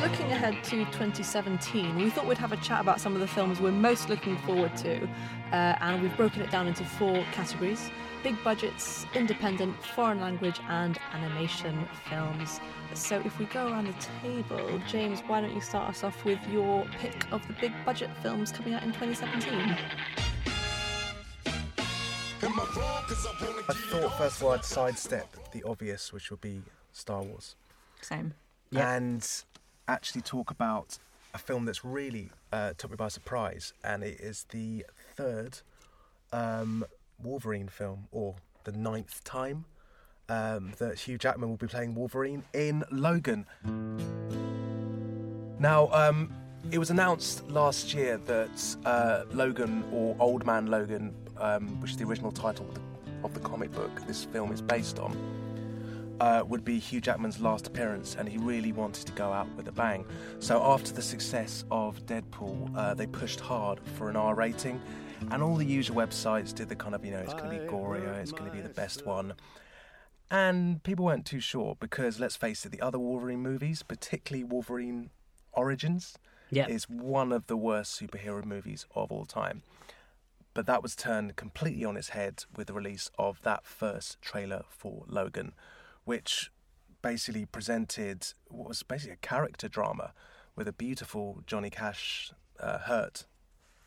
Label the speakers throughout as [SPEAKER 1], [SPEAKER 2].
[SPEAKER 1] looking ahead to 2017, we thought we'd have a chat about some of the films we're most looking forward to, uh, and we've broken it down into four categories big budgets, independent, foreign language, and animation films. So if we go around the table, James, why don't you start us off with your pick of the big budget films coming out in 2017?
[SPEAKER 2] I thought first of all I'd sidestep the obvious, which would be Star Wars,
[SPEAKER 3] Same.
[SPEAKER 2] and actually talk about a film that's really uh, took me by surprise, and it is the third um, Wolverine film, or the ninth time um, that Hugh Jackman will be playing Wolverine in Logan. Now, um, it was announced last year that uh, Logan, or Old Man Logan, um, which is the original title of the, of the comic book this film is based on, uh, would be Hugh Jackman's last appearance, and he really wanted to go out with a bang. So, after the success of Deadpool, uh, they pushed hard for an R rating, and all the usual websites did the kind of, you know, it's going to be gory, oh, it's going to be the best one. And people weren't too sure because, let's face it, the other Wolverine movies, particularly Wolverine Origins,
[SPEAKER 4] Yeah.
[SPEAKER 2] is one of the worst superhero movies of all time. But that was turned completely on its head with the release of that first trailer for Logan, which basically presented what was basically a character drama with a beautiful Johnny Cash uh, hurt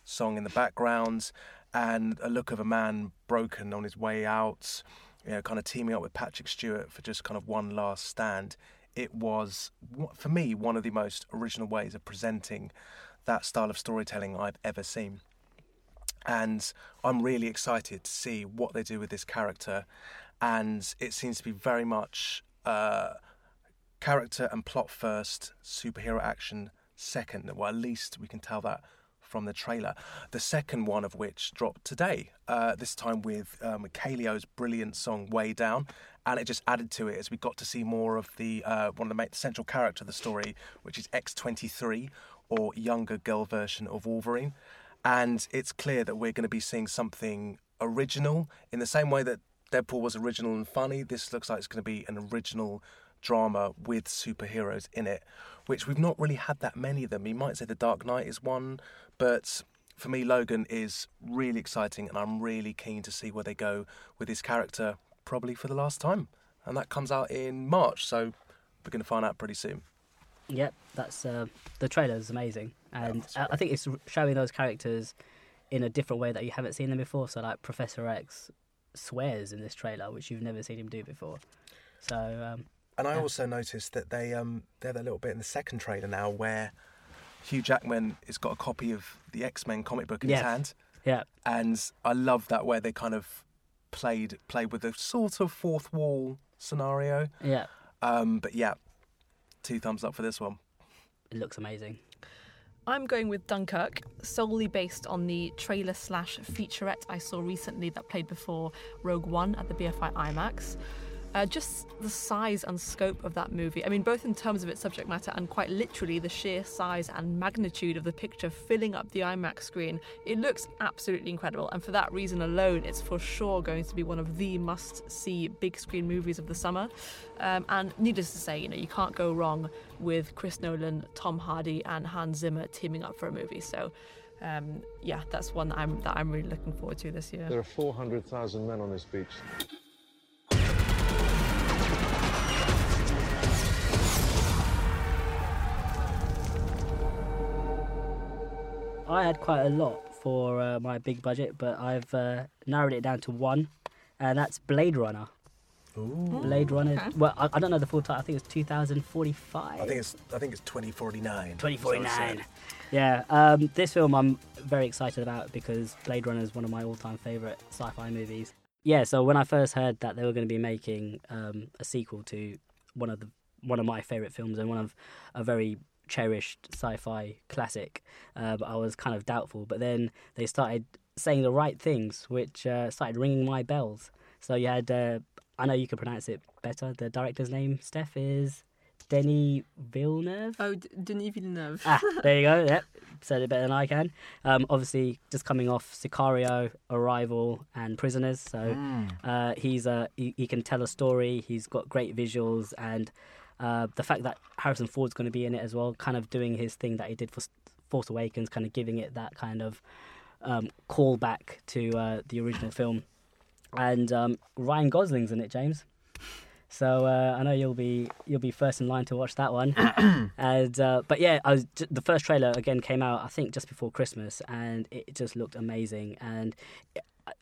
[SPEAKER 2] song in the background and a look of a man broken on his way out, you know, kind of teaming up with Patrick Stewart for just kind of one last stand. It was, wh- for me, one of the most original ways of presenting that style of storytelling I've ever seen. And I'm really excited to see what they do with this character. And it seems to be very much uh, character and plot first, superhero action second. Well, at least we can tell that from the trailer. The second one of which dropped today, uh, this time with um, Kaleo's brilliant song "Way Down," and it just added to it as we got to see more of the uh, one of the main, central character of the story, which is X twenty three or younger girl version of Wolverine. And it's clear that we're going to be seeing something original in the same way that Deadpool was original and funny. This looks like it's going to be an original drama with superheroes in it, which we've not really had that many of them. You might say The Dark Knight is one, but for me, Logan is really exciting, and I'm really keen to see where they go with his character, probably for the last time. And that comes out in March, so we're going to find out pretty soon.
[SPEAKER 4] Yep, that's uh, the trailer is amazing, and I, I think it's r- showing those characters in a different way that you haven't seen them before. So like Professor X swears in this trailer, which you've never seen him do before. So um,
[SPEAKER 2] And I also noticed that they um they have that little bit in the second trailer now where Hugh Jackman has got a copy of the X Men comic book in
[SPEAKER 4] Yes.
[SPEAKER 2] his hand,
[SPEAKER 4] yeah,
[SPEAKER 2] and I love that where they kind of played played with a sort of fourth wall scenario.
[SPEAKER 4] yeah,
[SPEAKER 2] Um, but yeah, two thumbs up for this one.
[SPEAKER 4] it looks amazing.
[SPEAKER 1] I'm going with Dunkirk, solely based on the trailer slash featurette I saw recently that played before Rogue One at the BFI IMAX. Uh, just the size and scope of that movie. I mean, both in terms of its subject matter and quite literally the sheer size and magnitude of the picture filling up the IMAX screen. It looks absolutely incredible, and for that reason alone, it's for sure going to be one of the must see big screen movies of the summer. Um, and needless to say, you know, you can't go wrong with Chris Nolan, Tom Hardy, and Hans Zimmer teaming up for a movie. So, um, yeah, that's one that I'm that I'm really looking forward to this year.
[SPEAKER 5] There are 400,000 men on this beach.
[SPEAKER 4] I had quite a lot for uh, my big budget, but I've uh, narrowed it down to one, and that's Blade Runner. Blade Runner. Well, I, I don't know the full title. I think it's 2045.
[SPEAKER 2] I think it's I think it's twenty forty nine.
[SPEAKER 4] 2049. Yeah, um, this film I'm very excited about because Blade Runner is one of my all time favourite sci fi movies. Yeah, so when I first heard that they were going to be making um, a sequel to one of the one of my favourite films and one of a very cherished sci fi classic, uh, I was kind of doubtful. But then they started saying the right things, which uh, started ringing my bells. So you had, uh, I know you can pronounce it better. The director's name, Steph, is Denis Villeneuve.
[SPEAKER 6] Oh, D- Denis Villeneuve.
[SPEAKER 4] Ah, there you go. Yep, said it better than I can. Um, obviously, just coming off Sicario, Arrival, and Prisoners, so uh, he's uh, he, he can tell a story. He's got great visuals, and Uh, the fact that Harrison Ford's going to be in it as well, kind of doing his thing that he did for S- Force Awakens, kind of giving it that kind of um, callback to uh, the original film. And um, Ryan Gosling's in it, James. So uh, I know you'll be you'll be first in line to watch that one. and uh, but yeah, I was j- the first trailer again came out I think just before Christmas, and it just looked amazing. And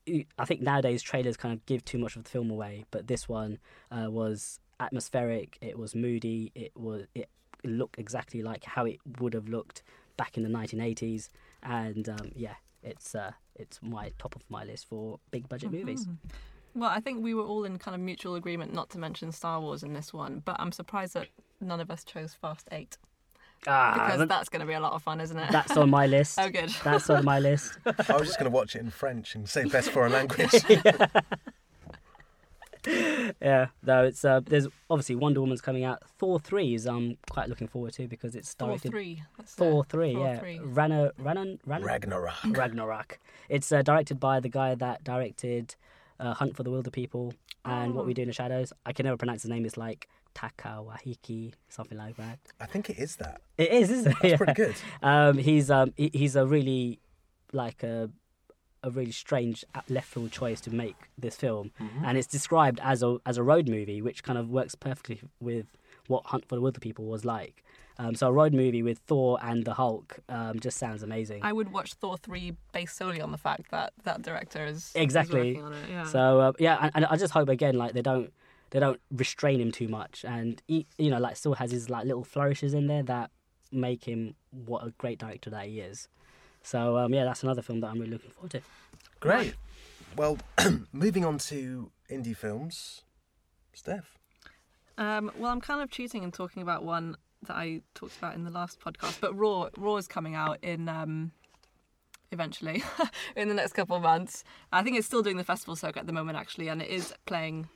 [SPEAKER 4] I- I think nowadays trailers kind of give too much of the film away, but this one uh, was atmospheric. It was moody. It was it looked exactly like how it would have looked back in the 1980s. And um, yeah, it's uh, it's my top of my list for big budget movies.
[SPEAKER 1] Well, I think we were all in kind of mutual agreement not to mention Star Wars in this one, but I'm surprised that none of us chose Fast Eight
[SPEAKER 4] Ah,
[SPEAKER 1] because
[SPEAKER 4] th-
[SPEAKER 1] that's going to be a lot of fun, isn't it?
[SPEAKER 4] that's on my list.
[SPEAKER 1] oh, good.
[SPEAKER 4] That's on my list.
[SPEAKER 2] I was just going to watch it in French and say best foreign language.
[SPEAKER 4] Yeah, no, it's uh, there's obviously Wonder Woman's coming out. Thor three is um quite looking forward to because it's
[SPEAKER 1] Thor
[SPEAKER 4] directed
[SPEAKER 1] three. That's it.
[SPEAKER 4] Thor three,
[SPEAKER 1] Thor
[SPEAKER 4] yeah,
[SPEAKER 1] three.
[SPEAKER 4] Rana Ranan Ranan
[SPEAKER 2] Ragnarok.
[SPEAKER 4] Ragnarok. It's uh, directed by the guy that directed uh, Hunt for the Wilder People and What We Do in
[SPEAKER 1] Oh.
[SPEAKER 4] the Shadows. I can never pronounce his name. It's like Takawahiki, something like that.
[SPEAKER 2] I think it is that.
[SPEAKER 4] It is, isn't it?
[SPEAKER 2] It's pretty good.
[SPEAKER 4] Um, he's um he, he's a really like a a really strange left field choice to make this film, and it's described as a as a road movie, which kind of works perfectly with what Hunt for the Wilder People was like. Um, so a road movie with Thor and the Hulk um, just sounds amazing.
[SPEAKER 1] I would watch Thor three based solely on the fact that that director is is
[SPEAKER 4] Exactly.
[SPEAKER 1] working on it, yeah.
[SPEAKER 4] So uh, yeah, and, and I just hope again like they don't they don't restrain him too much, and he, you know like still has his like little flourishes in there that make him what a great director that he is. So um, yeah, that's another film that I'm really looking forward to.
[SPEAKER 2] Great. Well, moving on to indie films. Steph.
[SPEAKER 1] Um, well, I'm kind of cheating and talking about one that I talked about in the last podcast, but Raw Raw is coming out in um, eventually in the next couple of months. I think it's still doing the festival circuit at the moment, actually, and it is playing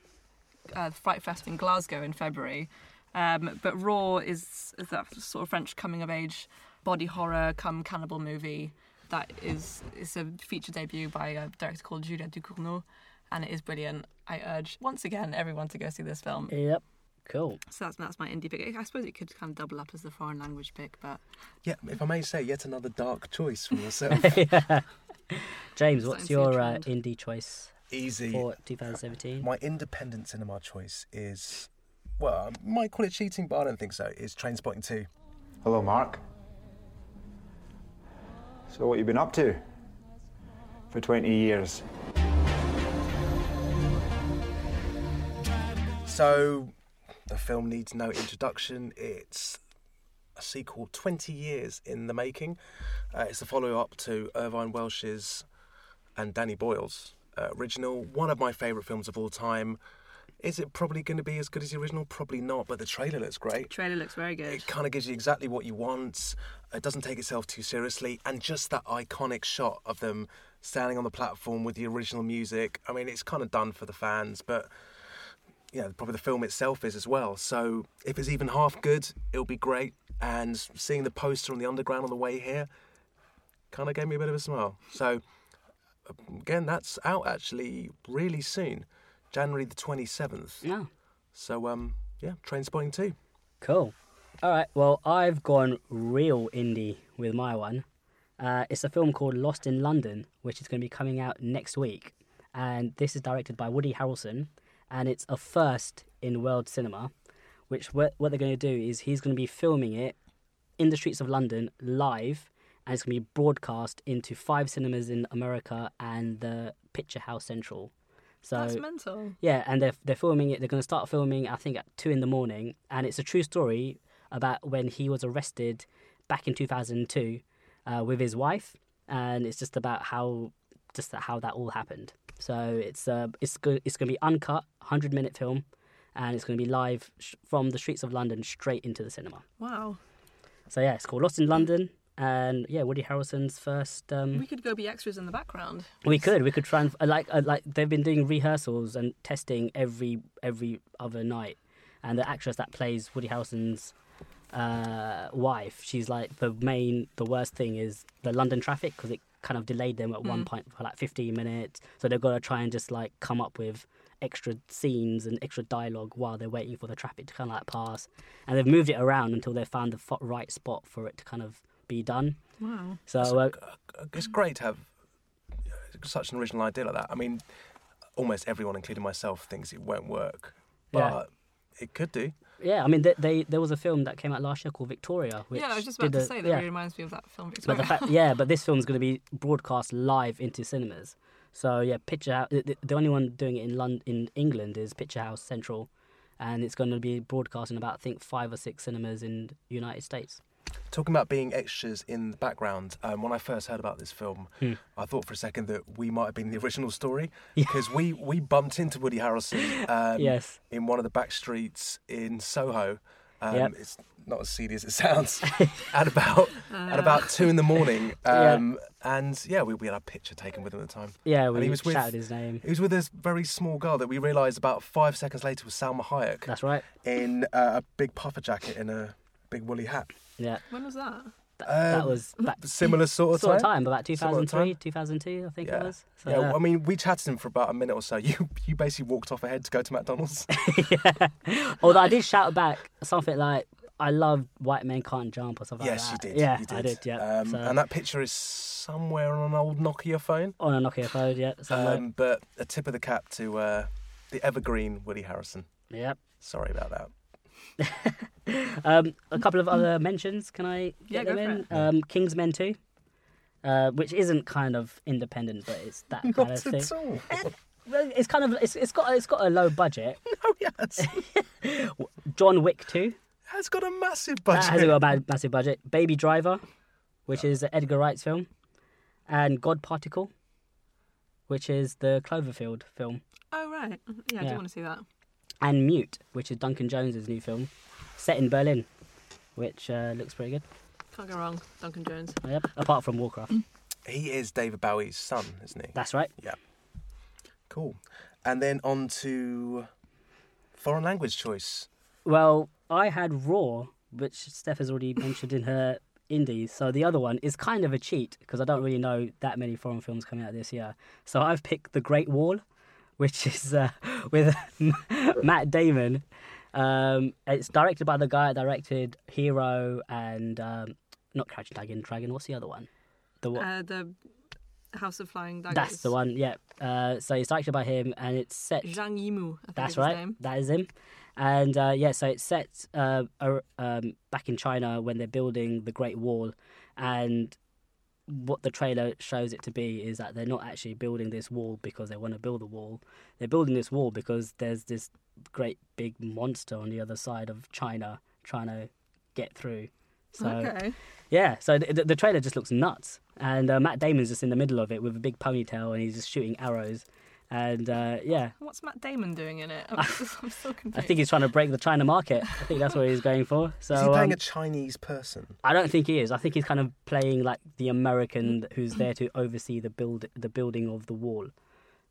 [SPEAKER 1] uh, Fright Fest in Glasgow in February. Um, but Raw is, is that sort of French coming of age body horror come cannibal movie that is it's a feature debut by a director called Julia Ducournau, and it is brilliant. I urge once again everyone to go see this film.
[SPEAKER 4] Yep, cool.
[SPEAKER 1] So that's that's my indie pick. I suppose it could kind of double up as the foreign language pick, but
[SPEAKER 2] Yeah, if I may say, yet another dark choice from yourself.
[SPEAKER 4] James,
[SPEAKER 1] Starting
[SPEAKER 4] what's
[SPEAKER 1] to see a
[SPEAKER 4] your uh,
[SPEAKER 1] trend.
[SPEAKER 4] indie choice
[SPEAKER 2] Easy.
[SPEAKER 4] for 2017?
[SPEAKER 2] My independent cinema choice is, well, I might call it cheating, but I don't think so. Is Trainspotting 2.
[SPEAKER 3] Hello, Mark. So, what you been up to for 20 years?
[SPEAKER 2] So, the film needs no introduction. It's a sequel 20 years in the making. Uh, it's the follow up to Irvine Welsh's and Danny Boyle's uh, original, one of my favourite films of all time. Is it probably going to be as good as the original? Probably not, but the trailer looks great.
[SPEAKER 1] trailer looks very good.
[SPEAKER 2] It kind of gives you exactly what you want. It doesn't take itself too seriously, and just that iconic shot of them standing on the platform with the original music. I mean, it's kind of done for the fans, but you know, probably the film itself is as well. So if it's even half good, it'll be great. And seeing the poster on the underground on the way here kind of gave me a bit of a smile. So again, that's out actually really soon, January the twenty seventh.
[SPEAKER 4] No.
[SPEAKER 2] So um, yeah, Train Spotting too.
[SPEAKER 4] Cool. All right. Well, I've gone real indie with my one. Uh, it's a film called Lost in London, which is going to be coming out next week, and this is directed by Woody Harrelson, and it's a first in world cinema. Which what, what they're going to do is he's going to be filming it in the streets of London live, and it's going to be broadcast into five cinemas in America and the Picture House Central. So
[SPEAKER 1] That's mental.
[SPEAKER 4] yeah, and they're they're filming it. They're going to start filming, I think, at two in the morning, and it's a true story about when he was arrested back in two thousand and two uh, with his wife, and it's just about how just that, how that all happened. So it's uh, it's go- it's going to be uncut, hundred minute film, and it's going to be live sh- from the streets of London straight into the cinema.
[SPEAKER 1] Wow.
[SPEAKER 4] So yeah, it's called Lost in London, and yeah, Woody Harrelson's first. Um,
[SPEAKER 1] We could go be extras in the background.
[SPEAKER 4] we could, we could try and like uh, like they've been doing rehearsals and testing every every other night, and the actress that plays Woody Harrelson's uh, wife, she's like the main, the worst thing is the London traffic because it kind of delayed them at one point for like 15 minutes, so they've got to try and just like come up with extra scenes and extra dialogue while they're waiting for the traffic to kind of like pass. And they've moved it around until they've found the fo- right spot for it to kind of be done.
[SPEAKER 1] Wow.
[SPEAKER 4] So uh,
[SPEAKER 2] It's great to have uh, such an original idea like that. I mean, almost everyone, including myself, thinks it won't work, but
[SPEAKER 4] Yeah.
[SPEAKER 2] it could do.
[SPEAKER 4] yeah, I mean, they, they there was a film that came out last year called Victoria. Which
[SPEAKER 1] yeah, I was just about
[SPEAKER 4] did
[SPEAKER 1] to
[SPEAKER 4] a-
[SPEAKER 1] say that
[SPEAKER 4] yeah.
[SPEAKER 1] really reminds me of that film
[SPEAKER 4] But
[SPEAKER 1] Victoria.
[SPEAKER 4] the fact, yeah, but this film's going to be broadcast live into cinemas. So yeah, Picture House. The, the only one doing it in London, in England, is Picture House Central, and it's going to be broadcast in about I think five or six cinemas in the United States.
[SPEAKER 2] Talking about being extras in the background, um, when I first heard about this film,
[SPEAKER 4] Hmm.
[SPEAKER 2] I thought for a second that we might have been the original story because we, we bumped into Woody Harrelson um,
[SPEAKER 4] Yes.
[SPEAKER 2] in one of the back streets in Soho. Um,
[SPEAKER 4] Yep.
[SPEAKER 2] It's not as seedy as it sounds. at about at about two in the morning,
[SPEAKER 4] Yeah.
[SPEAKER 2] um, and yeah, we, we had our picture taken with him at the time.
[SPEAKER 4] Yeah,
[SPEAKER 2] and
[SPEAKER 4] we
[SPEAKER 2] he was with
[SPEAKER 4] shouted his name.
[SPEAKER 2] he was with this very small girl that we realised about five seconds later was Salma Hayek
[SPEAKER 4] That's right.
[SPEAKER 2] in uh, a big puffer jacket and a big woolly hat.
[SPEAKER 4] Yeah,
[SPEAKER 1] when was that?
[SPEAKER 4] that, that
[SPEAKER 2] Um,
[SPEAKER 4] was back
[SPEAKER 2] Similar sort of
[SPEAKER 4] sort of
[SPEAKER 2] time.
[SPEAKER 4] time, about
[SPEAKER 2] Sort of
[SPEAKER 4] 2003, 2002, I think it was. So,
[SPEAKER 2] yeah,
[SPEAKER 4] yeah.
[SPEAKER 2] I mean, we chatted to him for about a minute or so. You you basically walked off ahead to go to McDonald's.
[SPEAKER 4] Although I did shout back something like, "I love white men can't jump" or something
[SPEAKER 2] yes, you
[SPEAKER 4] like that.
[SPEAKER 2] did.
[SPEAKER 4] Yeah,
[SPEAKER 2] you did.
[SPEAKER 4] I did. Yeah,
[SPEAKER 2] Um,
[SPEAKER 4] so,
[SPEAKER 2] And that picture is somewhere on an old Nokia phone.
[SPEAKER 4] on a Nokia phone. Yeah, somewhere.
[SPEAKER 2] Um, but a tip of the cap to uh, the evergreen Woody Harrison.
[SPEAKER 4] yeah.
[SPEAKER 2] Sorry about that.
[SPEAKER 4] Um, a couple of other mentions. Can I
[SPEAKER 1] Yeah,
[SPEAKER 4] get
[SPEAKER 1] go
[SPEAKER 4] them
[SPEAKER 1] for
[SPEAKER 4] in? Um, Kingsmen Two, uh, which isn't kind of independent, but it's that kind of
[SPEAKER 2] Not
[SPEAKER 4] thing.
[SPEAKER 2] at all.
[SPEAKER 4] Well, It's kind of it's, it's got it's got a low budget.
[SPEAKER 2] Oh yes,
[SPEAKER 4] John Wick Two
[SPEAKER 2] has got a massive
[SPEAKER 4] that
[SPEAKER 2] budget.
[SPEAKER 4] has got a ma- massive budget. Baby Driver, which is Edgar Wright's film, and God Particle, which is the Cloverfield film,
[SPEAKER 1] Oh right. Yeah, I do
[SPEAKER 4] Yeah.
[SPEAKER 1] want to see that.
[SPEAKER 4] and Mute, which is Duncan Jones's new film, set in Berlin, which uh, looks pretty good. Oh,
[SPEAKER 1] Can't go wrong. Duncan Jones.
[SPEAKER 4] Yep. Apart from Warcraft,
[SPEAKER 2] He is David Bowie's son, isn't he?
[SPEAKER 4] that's right.
[SPEAKER 2] Yeah. Cool. And then on to foreign language choice.
[SPEAKER 4] Well, I had Raw, which Steph has already mentioned in her indies. So the other one is kind of a cheat because I don't really know that many foreign films coming out this year. So I've picked The Great Wall, which is uh, with Matt Damon. Um, it's directed by the guy that directed Hero and um, not Crouching Tiger, Hidden Dragon. What's the other one? The what?
[SPEAKER 1] Uh, the House of Flying Daggers.
[SPEAKER 4] That's the one. Yeah. Uh, so it's directed by him, and it's set.
[SPEAKER 1] Zhang Yimou. I think
[SPEAKER 4] That's
[SPEAKER 1] is
[SPEAKER 4] right.
[SPEAKER 1] His name.
[SPEAKER 4] That is him. And uh, yeah, so it's set uh, ar- um, back in China when they're building the Great Wall, and what the trailer shows it to be is that they're not actually building this wall because they want to build a wall. They're building this wall because there's this great big monster on the other side of China trying to get through. So
[SPEAKER 1] Okay.
[SPEAKER 4] yeah, so the, the trailer just looks nuts, and uh, Matt Damon's just in the middle of it with a big ponytail, and he's just shooting arrows, and uh, yeah.
[SPEAKER 1] What's Matt Damon doing in it? I'm, just, I'm so confused.
[SPEAKER 4] I think he's trying to break the China market. I think that's what he's going for. So
[SPEAKER 2] Is he playing
[SPEAKER 4] um,
[SPEAKER 2] a Chinese person?
[SPEAKER 4] I don't think he is. I think he's kind of playing like the American th- who's there to oversee the build the building of the wall.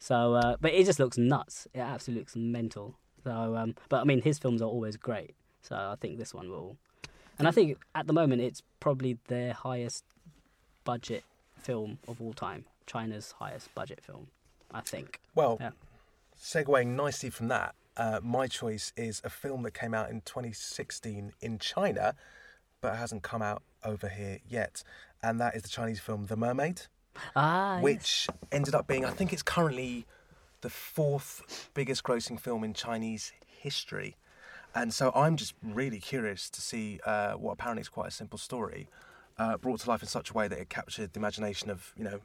[SPEAKER 4] So, uh, but it just looks nuts. It absolutely looks mental. So, um, but I mean, his films are always great. So I think this one will. And I think at the moment it's probably their highest budget film of all time. China's highest budget film, I think.
[SPEAKER 2] Well,
[SPEAKER 4] Yeah.
[SPEAKER 2] segueing nicely from that, uh, my choice is a film that came out in 2016 in China, but hasn't come out over here yet, and that is the Chinese film The Mermaid,
[SPEAKER 4] Ah, yes.
[SPEAKER 2] which ended up being, I think it's currently the fourth biggest grossing film in Chinese history. And so I'm just really curious to see uh, what apparently is quite a simple story uh, brought to life in such a way that it captured the imagination of, you know,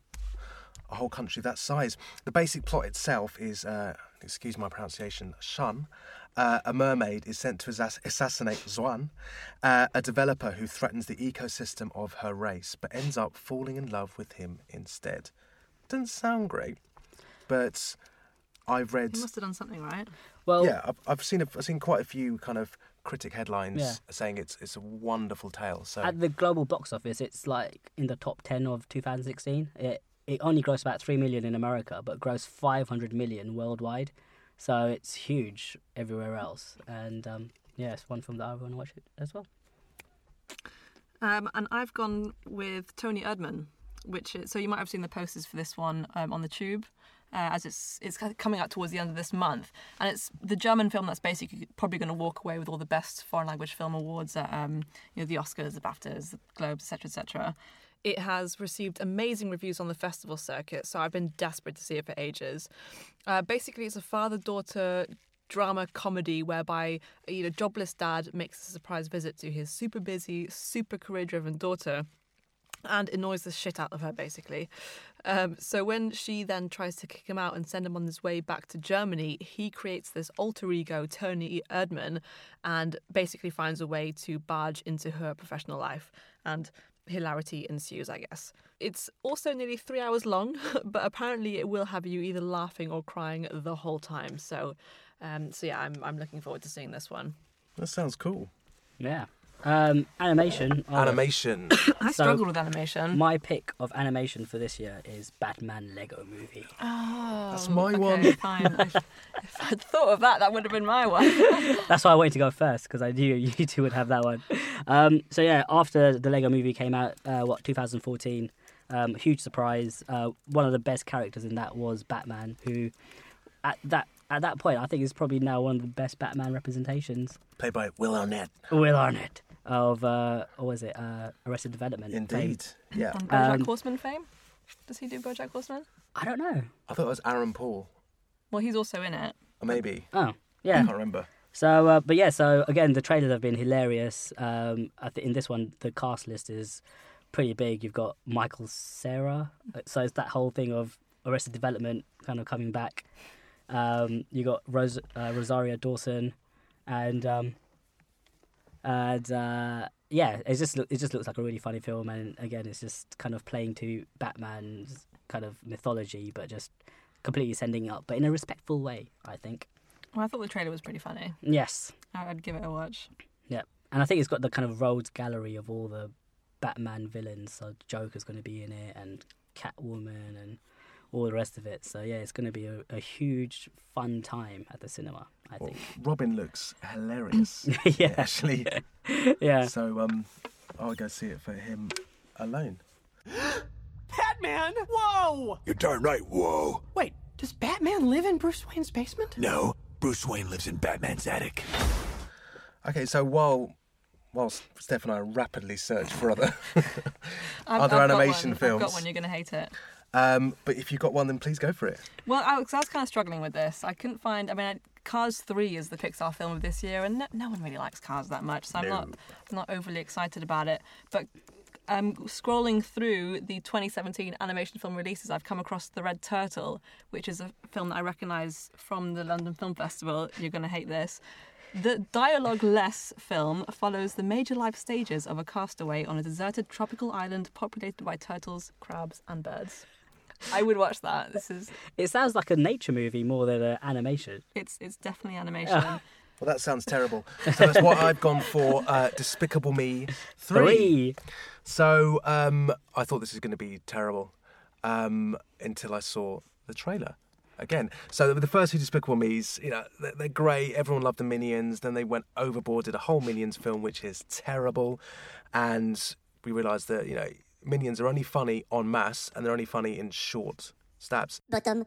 [SPEAKER 2] a whole country that size. The basic plot itself is, uh, excuse my pronunciation, Shun, uh, a mermaid, is sent to assass- assassinate Zwan, uh, a developer who threatens the ecosystem of her race, but ends up falling in love with him instead. Doesn't sound great, but I've read.
[SPEAKER 1] he must have done something right.
[SPEAKER 4] Well,
[SPEAKER 2] Yeah, I've, I've seen a, I've seen quite a few kind of critic headlines
[SPEAKER 4] Yeah.
[SPEAKER 2] saying it's it's a wonderful tale. So
[SPEAKER 4] at the global box office, it's like in the top 10 of 2016. It it only grossed about 3 million in America, but grossed 500 million worldwide. So it's huge everywhere else. And um, yeah, it's one film that I want to watch it as well.
[SPEAKER 1] Um, and I've gone with Tony Erdman, which is, so you might have seen the posters for this one um, on the Tube. uh, as it's it's kind of coming out towards the end of this month, and it's the German film that's basically probably going to walk away with all the best foreign language film awards at um, you know the Oscars, the BAFTAs, the Globes, etc., etc. It has received amazing reviews on the festival circuit, so I've been desperate to see it for ages. Uh, basically, it's a father-daughter drama comedy whereby you know jobless dad makes a surprise visit to his super busy, super career-driven daughter and annoys the shit out of her basically. Um, so when she then tries to kick him out and send him on his way back to Germany, he creates this alter ego, Tony Erdmann, and basically finds a way to barge into her professional life. And hilarity ensues, I guess. It's also nearly three hours long, but apparently it will have you either laughing or crying the whole time. So, um, so yeah, I'm I'm looking forward to seeing this one.
[SPEAKER 2] That sounds cool.
[SPEAKER 4] Yeah. Um, animation. oh,
[SPEAKER 2] Animation.
[SPEAKER 1] I
[SPEAKER 4] So-
[SPEAKER 1] struggled with animation.
[SPEAKER 4] My pick of animation for this year is Batman Lego Movie.
[SPEAKER 2] That's my
[SPEAKER 1] Oh, okay,
[SPEAKER 2] one.
[SPEAKER 1] Fine. I, if I'd thought of that, that would have been my one.
[SPEAKER 4] That's why I wanted to go first because I knew you two would have that one. Um, so yeah, after the Lego Movie came out, uh, what 2014, um, huge surprise. Uh, one of the best characters in that was Batman, who at that at that point I think is probably now one of the best Batman representations.
[SPEAKER 2] Played by Will Arnett.
[SPEAKER 4] Will Arnett of uh, what was it? Uh, Arrested Development. fame.
[SPEAKER 2] Indeed. Yeah.
[SPEAKER 1] From BoJack
[SPEAKER 4] Um,
[SPEAKER 1] Horseman fame? Does he do BoJack Horseman?
[SPEAKER 4] I don't know.
[SPEAKER 2] I thought it was Aaron Paul.
[SPEAKER 1] Well, he's also in it.
[SPEAKER 2] Or maybe.
[SPEAKER 4] Oh
[SPEAKER 2] I
[SPEAKER 4] yeah.
[SPEAKER 2] can't remember.
[SPEAKER 4] So, uh, but yeah, so again, the trailers have been hilarious. Um, I think in this one, the cast list is pretty big. You've got Michael Sarah, so it's that whole thing of Arrested Development kind of coming back. Um, you got Ros- uh, Rosaria Dawson, and um, and uh, yeah, it just loo- it just looks like a really funny film. And again, it's just kind of playing to Batman's kind of mythology, but just completely sending it up, but in a respectful way, I think.
[SPEAKER 1] Well, I thought the trailer was pretty funny.
[SPEAKER 4] Yes.
[SPEAKER 1] I- I'd give it a watch.
[SPEAKER 4] Yeah, and I think it's got the kind of Rhodes gallery of all the Batman villains. So Joker's going to be in it, and Catwoman, and all the rest of it. So yeah, it's going to be a, a huge fun time at the cinema. I
[SPEAKER 2] Well,
[SPEAKER 4] think.
[SPEAKER 2] Robin looks hilarious.
[SPEAKER 4] yeah,
[SPEAKER 2] Actually.
[SPEAKER 4] yeah.
[SPEAKER 2] So um, I'll go see it for him alone.
[SPEAKER 6] Batman? Whoa!
[SPEAKER 7] You're darn right, whoa.
[SPEAKER 6] Wait, does Batman live in Bruce Wayne's basement?
[SPEAKER 7] No, Bruce Wayne lives in Batman's attic.
[SPEAKER 2] Okay, so while while Steph and I rapidly search for other,
[SPEAKER 1] I've,
[SPEAKER 2] Other
[SPEAKER 1] I've got
[SPEAKER 2] animation
[SPEAKER 1] one. I've
[SPEAKER 2] films.
[SPEAKER 1] got one. You're going to hate it.
[SPEAKER 2] um, but if you've got one, then please go for it.
[SPEAKER 1] Well, Alex, I was kind of struggling with this. I couldn't find. I mean, I, Cars Three is the Pixar film of this year, and no, no one really likes Cars that much, so I'm not I'm not overly excited about it. But um, scrolling through the 2017 animation film releases, I've come across The Red Turtle, which is a film that I recognise from the London Film Festival. You're going to hate this. The dialogue less film follows the major life stages of a castaway on a deserted tropical island populated by turtles, crabs, and birds. I would watch that. This is
[SPEAKER 4] It sounds like a nature movie more than an animation.
[SPEAKER 1] it's it's definitely animation.
[SPEAKER 2] Well, that sounds terrible. So that's what I've gone for. Uh, Despicable Me three.
[SPEAKER 4] Three.
[SPEAKER 2] So um, I thought this was going to be terrible um, until I saw the trailer again. So the first two Despicable Me's, you know, they're, they're great. Everyone loved the Minions. Then they went overboard, did a whole Minions film, which is terrible. And we realised that you know Minions are only funny en masse, and they're only funny in short stabs.
[SPEAKER 8] bottom,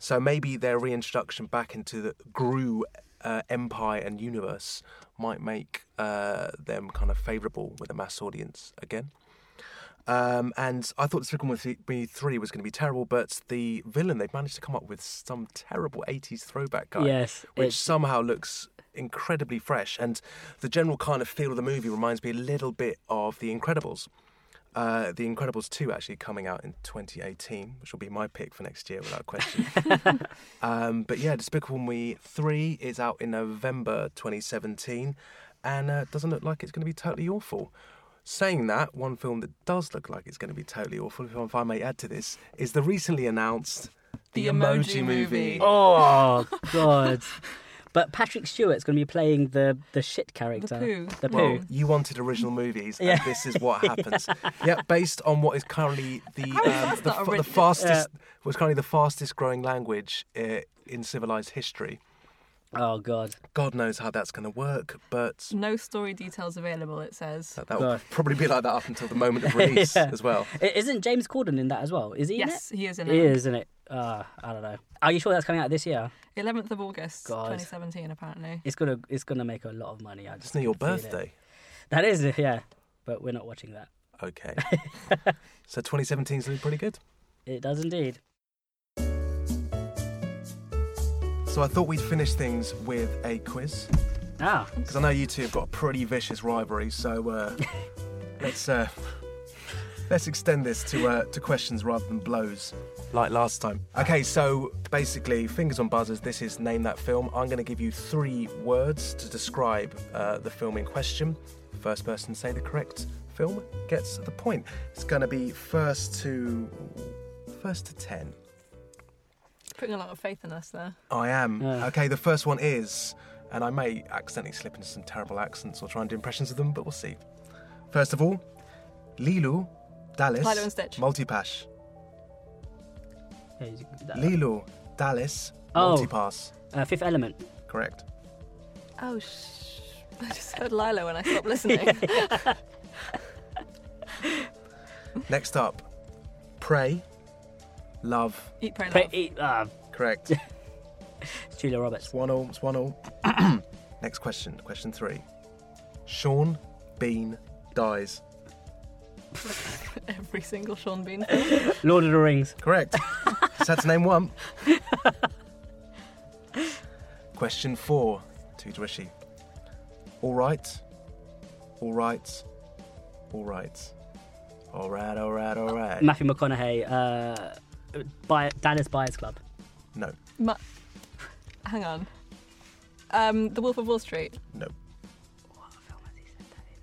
[SPEAKER 2] So maybe their reintroduction back into the Gru uh, empire and universe might make uh, them kind of favourable with a mass audience again. Um, and I thought Despicable Me 3 was going to be terrible, but the villain, they've managed to come up with some terrible 80s throwback guy.
[SPEAKER 4] Yes,
[SPEAKER 2] Which
[SPEAKER 4] it's-
[SPEAKER 2] somehow looks incredibly fresh. And the general kind of feel of the movie reminds me a little bit of The Incredibles. Uh, the Incredibles 2 actually coming out in 2018, which will be my pick for next year without question. Um, but yeah, Despicable Me 3 is out in November 2017 and uh, doesn't look like it's going to be totally awful. Saying that, one film that does look like it's going to be totally awful, if I- if I may add to this, is the recently announced The,
[SPEAKER 1] The Emoji Movie.
[SPEAKER 4] Oh God. But Patrick Stewart's going to be playing the the shit character,
[SPEAKER 1] poo.
[SPEAKER 4] The
[SPEAKER 2] Well,
[SPEAKER 4] poo.
[SPEAKER 2] you wanted original movies,
[SPEAKER 4] Yeah.
[SPEAKER 2] and this is what happens. yeah. based on what is currently the
[SPEAKER 1] How is
[SPEAKER 2] um,
[SPEAKER 1] that
[SPEAKER 2] the,
[SPEAKER 1] not
[SPEAKER 2] fa- the
[SPEAKER 1] original?
[SPEAKER 2] fastest was currently the fastest growing language uh, in civilized history.
[SPEAKER 4] Oh God.
[SPEAKER 2] God knows how that's going to work, but
[SPEAKER 1] No story details available, it says.
[SPEAKER 2] that, that will
[SPEAKER 4] God.
[SPEAKER 2] probably be like that up until the moment of release
[SPEAKER 4] Yeah.
[SPEAKER 2] as well.
[SPEAKER 4] I- Isn't James Corden in that as well? Is he?
[SPEAKER 1] Yes, he is in
[SPEAKER 4] In it? He
[SPEAKER 1] it.
[SPEAKER 4] is, isn't it? Uh, I don't know. Are you sure that's coming out this year?
[SPEAKER 1] 11th of August,
[SPEAKER 4] God.
[SPEAKER 1] 2017, apparently.
[SPEAKER 4] It's gonna it's gonna make a lot of money. I just
[SPEAKER 2] It's not your
[SPEAKER 4] can feel it.
[SPEAKER 2] birthday.
[SPEAKER 4] That is yeah, but we're not watching that.
[SPEAKER 2] Okay. so 2017's looking pretty good.
[SPEAKER 4] It does indeed.
[SPEAKER 2] So I thought we'd finish things with a quiz
[SPEAKER 4] Ah,
[SPEAKER 2] because I know you two have got a pretty vicious rivalry. So uh, let's uh, let's extend this to uh, to questions rather than blows, like last time. Okay, so basically, fingers on buzzers. This is name that film. I'm going to give you three words to describe uh, the film in question. First person to say the correct film gets the point. It's going to be first to first to ten.
[SPEAKER 1] Putting a lot of faith in us there.
[SPEAKER 2] I am.
[SPEAKER 4] Yeah.
[SPEAKER 2] Okay, the first one is, and I may accidentally slip into some terrible accents or try and do impressions of them, but we'll see. First of all, Lilu, Dallas,
[SPEAKER 1] Lilo and Stitch.
[SPEAKER 2] Multipass.
[SPEAKER 4] yeah, you-
[SPEAKER 1] Uh.
[SPEAKER 4] that-
[SPEAKER 2] Lilu, Dallas,
[SPEAKER 4] Oh.
[SPEAKER 2] Multipass.
[SPEAKER 4] uh, Fifth Element.
[SPEAKER 2] Correct.
[SPEAKER 1] Oh, shh. I just heard Lilo when I stopped listening.
[SPEAKER 2] Next up, Pray, Love.
[SPEAKER 1] Eat, pray, love.
[SPEAKER 4] Pre- eat- ah,
[SPEAKER 2] Correct.
[SPEAKER 4] it's Julia Roberts.
[SPEAKER 2] it's one all. It's one all. Next question. Question three. Sean Bean dies.
[SPEAKER 1] Every single Sean Bean.
[SPEAKER 4] Lord of the Rings.
[SPEAKER 2] Correct. Just had to name one. Question four to Drishy. All right. All right. All right. All right, all right, all right.
[SPEAKER 4] Matthew McConaughey. Uh, Buy- Dallas Buyers Club.
[SPEAKER 2] No,
[SPEAKER 1] Ma- Hang on. Um, the Wolf of Wall Street.
[SPEAKER 2] no,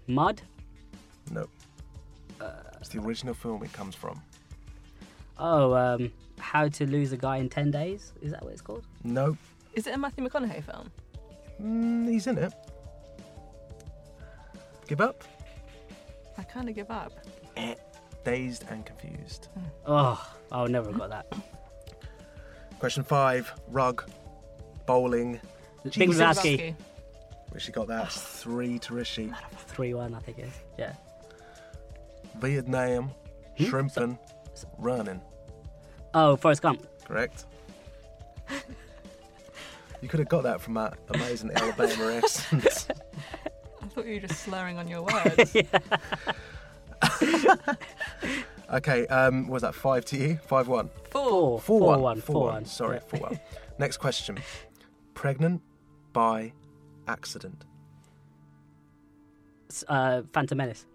[SPEAKER 4] Mud.
[SPEAKER 2] no. It's the original film it comes from.
[SPEAKER 4] Oh, um, How to Lose a Guy in Ten Days. Is that what it's called?
[SPEAKER 2] No,
[SPEAKER 1] Is it a Matthew McConaughey film?
[SPEAKER 2] mm, he's in it. Give up.
[SPEAKER 1] I kind of give up.
[SPEAKER 2] Eh. Dazed and confused.
[SPEAKER 4] Oh, I'll never have got that.
[SPEAKER 2] Question five rug, bowling.
[SPEAKER 4] Big
[SPEAKER 1] Lebowski.
[SPEAKER 4] Lebowski.
[SPEAKER 2] Rishi got that. Three to Rishi.
[SPEAKER 4] Three one, I think it is. Yeah.
[SPEAKER 2] Vietnam,
[SPEAKER 4] Hmm?
[SPEAKER 2] shrimping, running.
[SPEAKER 4] Oh, Forrest Gump.
[SPEAKER 2] Correct. You could have got that from that amazing Alabama accent.
[SPEAKER 1] I thought you were just slurring on your words.
[SPEAKER 2] Okay, um, what was that five to you? Five one.
[SPEAKER 1] Four.
[SPEAKER 4] Four.
[SPEAKER 2] Four
[SPEAKER 4] Four
[SPEAKER 2] one.
[SPEAKER 4] one.
[SPEAKER 2] Four
[SPEAKER 4] Four
[SPEAKER 2] one.
[SPEAKER 4] one.
[SPEAKER 2] Sorry, four
[SPEAKER 4] Yeah.
[SPEAKER 2] one. Next question. Pregnant by accident.
[SPEAKER 4] S- Uh, Phantom Menace.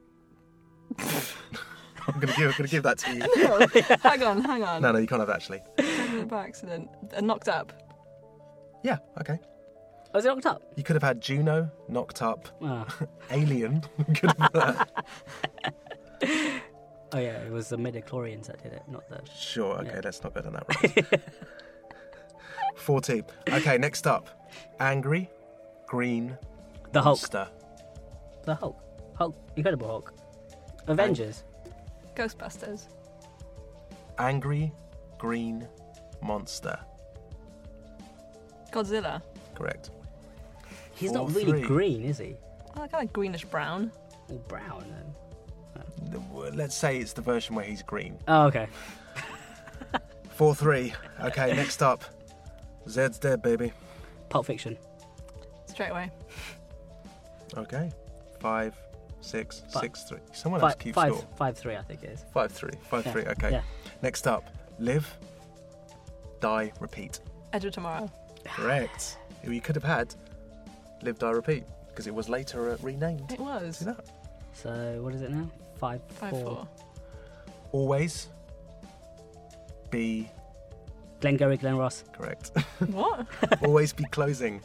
[SPEAKER 2] I'm gonna give, I'm gonna give that to you.
[SPEAKER 1] hang on, hang on.
[SPEAKER 2] No, no, you can't have that, actually.
[SPEAKER 1] Pregnant By accident. Uh, knocked up.
[SPEAKER 2] Yeah, okay.
[SPEAKER 4] Oh, is it locked up?
[SPEAKER 2] You could have had Juno, knocked up,
[SPEAKER 4] Oh.
[SPEAKER 2] alien. Could have that.
[SPEAKER 4] oh yeah, it was the midichlorians that did it, not the.
[SPEAKER 2] Sure, okay, let's not go down that road. 14. Okay, next up. Angry, green,
[SPEAKER 4] The Hulk.
[SPEAKER 2] monster.
[SPEAKER 4] The Hulk. Hulk. Incredible Hulk. Avengers.
[SPEAKER 1] Ghostbusters.
[SPEAKER 2] Angry Green Monster.
[SPEAKER 1] Godzilla.
[SPEAKER 2] Correct.
[SPEAKER 4] He's
[SPEAKER 2] All
[SPEAKER 4] not really
[SPEAKER 2] three.
[SPEAKER 4] green, is he?
[SPEAKER 1] Oh, kind of greenish brown.
[SPEAKER 4] Or brown. Then.
[SPEAKER 2] Let's say it's the version where he's green.
[SPEAKER 4] Oh, okay.
[SPEAKER 2] 4 3. Okay, next up. Zed's dead, baby.
[SPEAKER 4] Pulp Fiction.
[SPEAKER 1] Straight away.
[SPEAKER 2] Okay. five, six,
[SPEAKER 4] Fi-
[SPEAKER 2] six, three. Someone
[SPEAKER 4] Fi-
[SPEAKER 2] else keeps
[SPEAKER 4] five,
[SPEAKER 2] score.
[SPEAKER 4] five, three, I think it is.
[SPEAKER 2] 5 3. 5
[SPEAKER 4] Yeah,
[SPEAKER 2] 3. Okay.
[SPEAKER 4] yeah.
[SPEAKER 2] Next up. Live, die, repeat.
[SPEAKER 1] Edge of Tomorrow.
[SPEAKER 2] Correct. Who you could have had Live, die, repeat because it was later uh, renamed.
[SPEAKER 1] It was.
[SPEAKER 2] See that?
[SPEAKER 4] So what is it now? Five,
[SPEAKER 1] Five
[SPEAKER 4] four.
[SPEAKER 1] four.
[SPEAKER 2] Always be
[SPEAKER 4] Glengarry Glen Ross.
[SPEAKER 2] correct.
[SPEAKER 1] What?
[SPEAKER 2] Always be closing.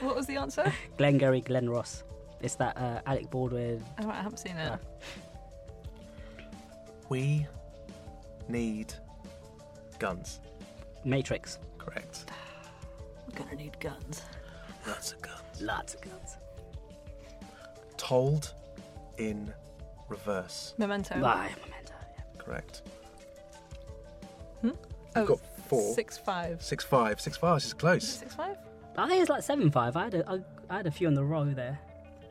[SPEAKER 1] What was the answer?
[SPEAKER 4] Glengarry Glen Ross. It's that uh, Alec Baldwin.
[SPEAKER 1] Oh, right, I haven't seen it.
[SPEAKER 4] Ah.
[SPEAKER 2] We need guns.
[SPEAKER 4] Matrix.
[SPEAKER 2] Correct.
[SPEAKER 1] We're gonna need guns.
[SPEAKER 2] Lots of guns.
[SPEAKER 4] Lots of guns.
[SPEAKER 2] Told in reverse.
[SPEAKER 1] Memento.
[SPEAKER 4] Bye, Memento. yeah.
[SPEAKER 2] Correct.
[SPEAKER 1] Oh,
[SPEAKER 2] You've got four.
[SPEAKER 1] Hmm? Six five.
[SPEAKER 2] Six five. Six five. She's close.
[SPEAKER 1] Six five?
[SPEAKER 4] I think it's like seven five. I had a, I, I had a few on the row there.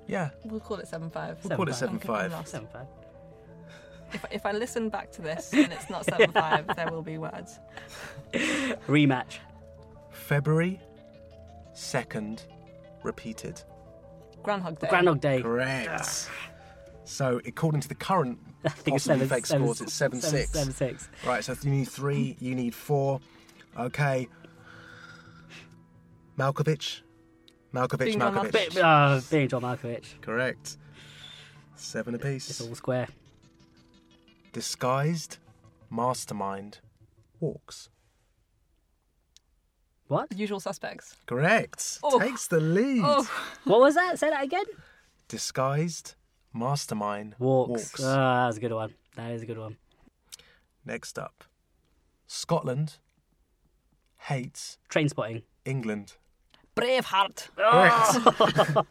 [SPEAKER 2] Yeah,
[SPEAKER 1] We'll call it seven five.
[SPEAKER 2] we'll call it
[SPEAKER 4] Seven
[SPEAKER 2] seven five.
[SPEAKER 4] Seven five.
[SPEAKER 1] If, if I listen back to this and it's not seven five, there will be words.
[SPEAKER 4] Rematch.
[SPEAKER 2] February second, repeated.
[SPEAKER 1] Groundhog Day.
[SPEAKER 4] Groundhog Day.
[SPEAKER 2] Correct. So according to the current
[SPEAKER 4] I think it's
[SPEAKER 2] possible
[SPEAKER 4] seven,
[SPEAKER 2] fake
[SPEAKER 4] seven-
[SPEAKER 2] scores, it's seven six.
[SPEAKER 4] seven six.
[SPEAKER 2] Right, so you need three, you need four. Okay. Malkovich. Malkovich,
[SPEAKER 1] Bingo,
[SPEAKER 2] Malkovich.
[SPEAKER 1] Malkovich.
[SPEAKER 4] Uh, being John Malkovich.
[SPEAKER 2] Correct. Seven
[SPEAKER 4] It's
[SPEAKER 2] apiece.
[SPEAKER 4] all square.
[SPEAKER 2] Disguised mastermind walks.
[SPEAKER 4] What?
[SPEAKER 1] Usual suspects.
[SPEAKER 2] Correct.
[SPEAKER 1] Oh.
[SPEAKER 2] Takes the lead.
[SPEAKER 1] Oh,
[SPEAKER 4] What was that? Say that again.
[SPEAKER 2] Disguised mastermind
[SPEAKER 4] Walks. Ah, that's a good one. That is a good one.
[SPEAKER 2] Next up. Scotland hates
[SPEAKER 4] Train spotting.
[SPEAKER 2] England.
[SPEAKER 1] Braveheart.
[SPEAKER 2] Correct.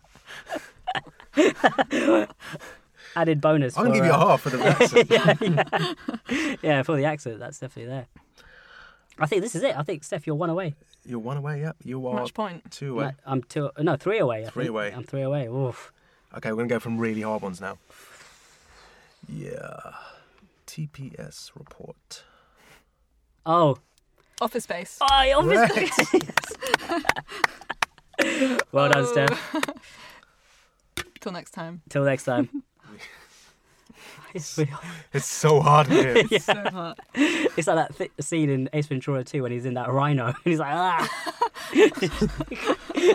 [SPEAKER 4] Added bonus.
[SPEAKER 2] I'm going to
[SPEAKER 4] for,
[SPEAKER 2] give you a
[SPEAKER 4] uh,
[SPEAKER 2] half for the accent.
[SPEAKER 4] Yeah, for the accent, that's definitely there. I think this is it. I think Steph, you're one away.
[SPEAKER 2] You're one away, yep. You are
[SPEAKER 1] Match point.
[SPEAKER 2] two away.
[SPEAKER 4] No, I'm two. No, three away. I
[SPEAKER 2] Three
[SPEAKER 4] think.
[SPEAKER 2] away.
[SPEAKER 4] I'm three away. Oof.
[SPEAKER 2] Okay, we're gonna go from really hard ones now. Yeah. TPS report.
[SPEAKER 4] Oh.
[SPEAKER 1] Office Space.
[SPEAKER 4] Oh, I obviously.
[SPEAKER 2] Right.
[SPEAKER 4] Well done, Steph.
[SPEAKER 1] Till next time.
[SPEAKER 4] Till next time. it's really-
[SPEAKER 2] it's so hard here.
[SPEAKER 1] So hot.
[SPEAKER 4] it's like that th- scene in Ace Ventura 2 when he's in that rhino and he's like, ah.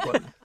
[SPEAKER 2] What-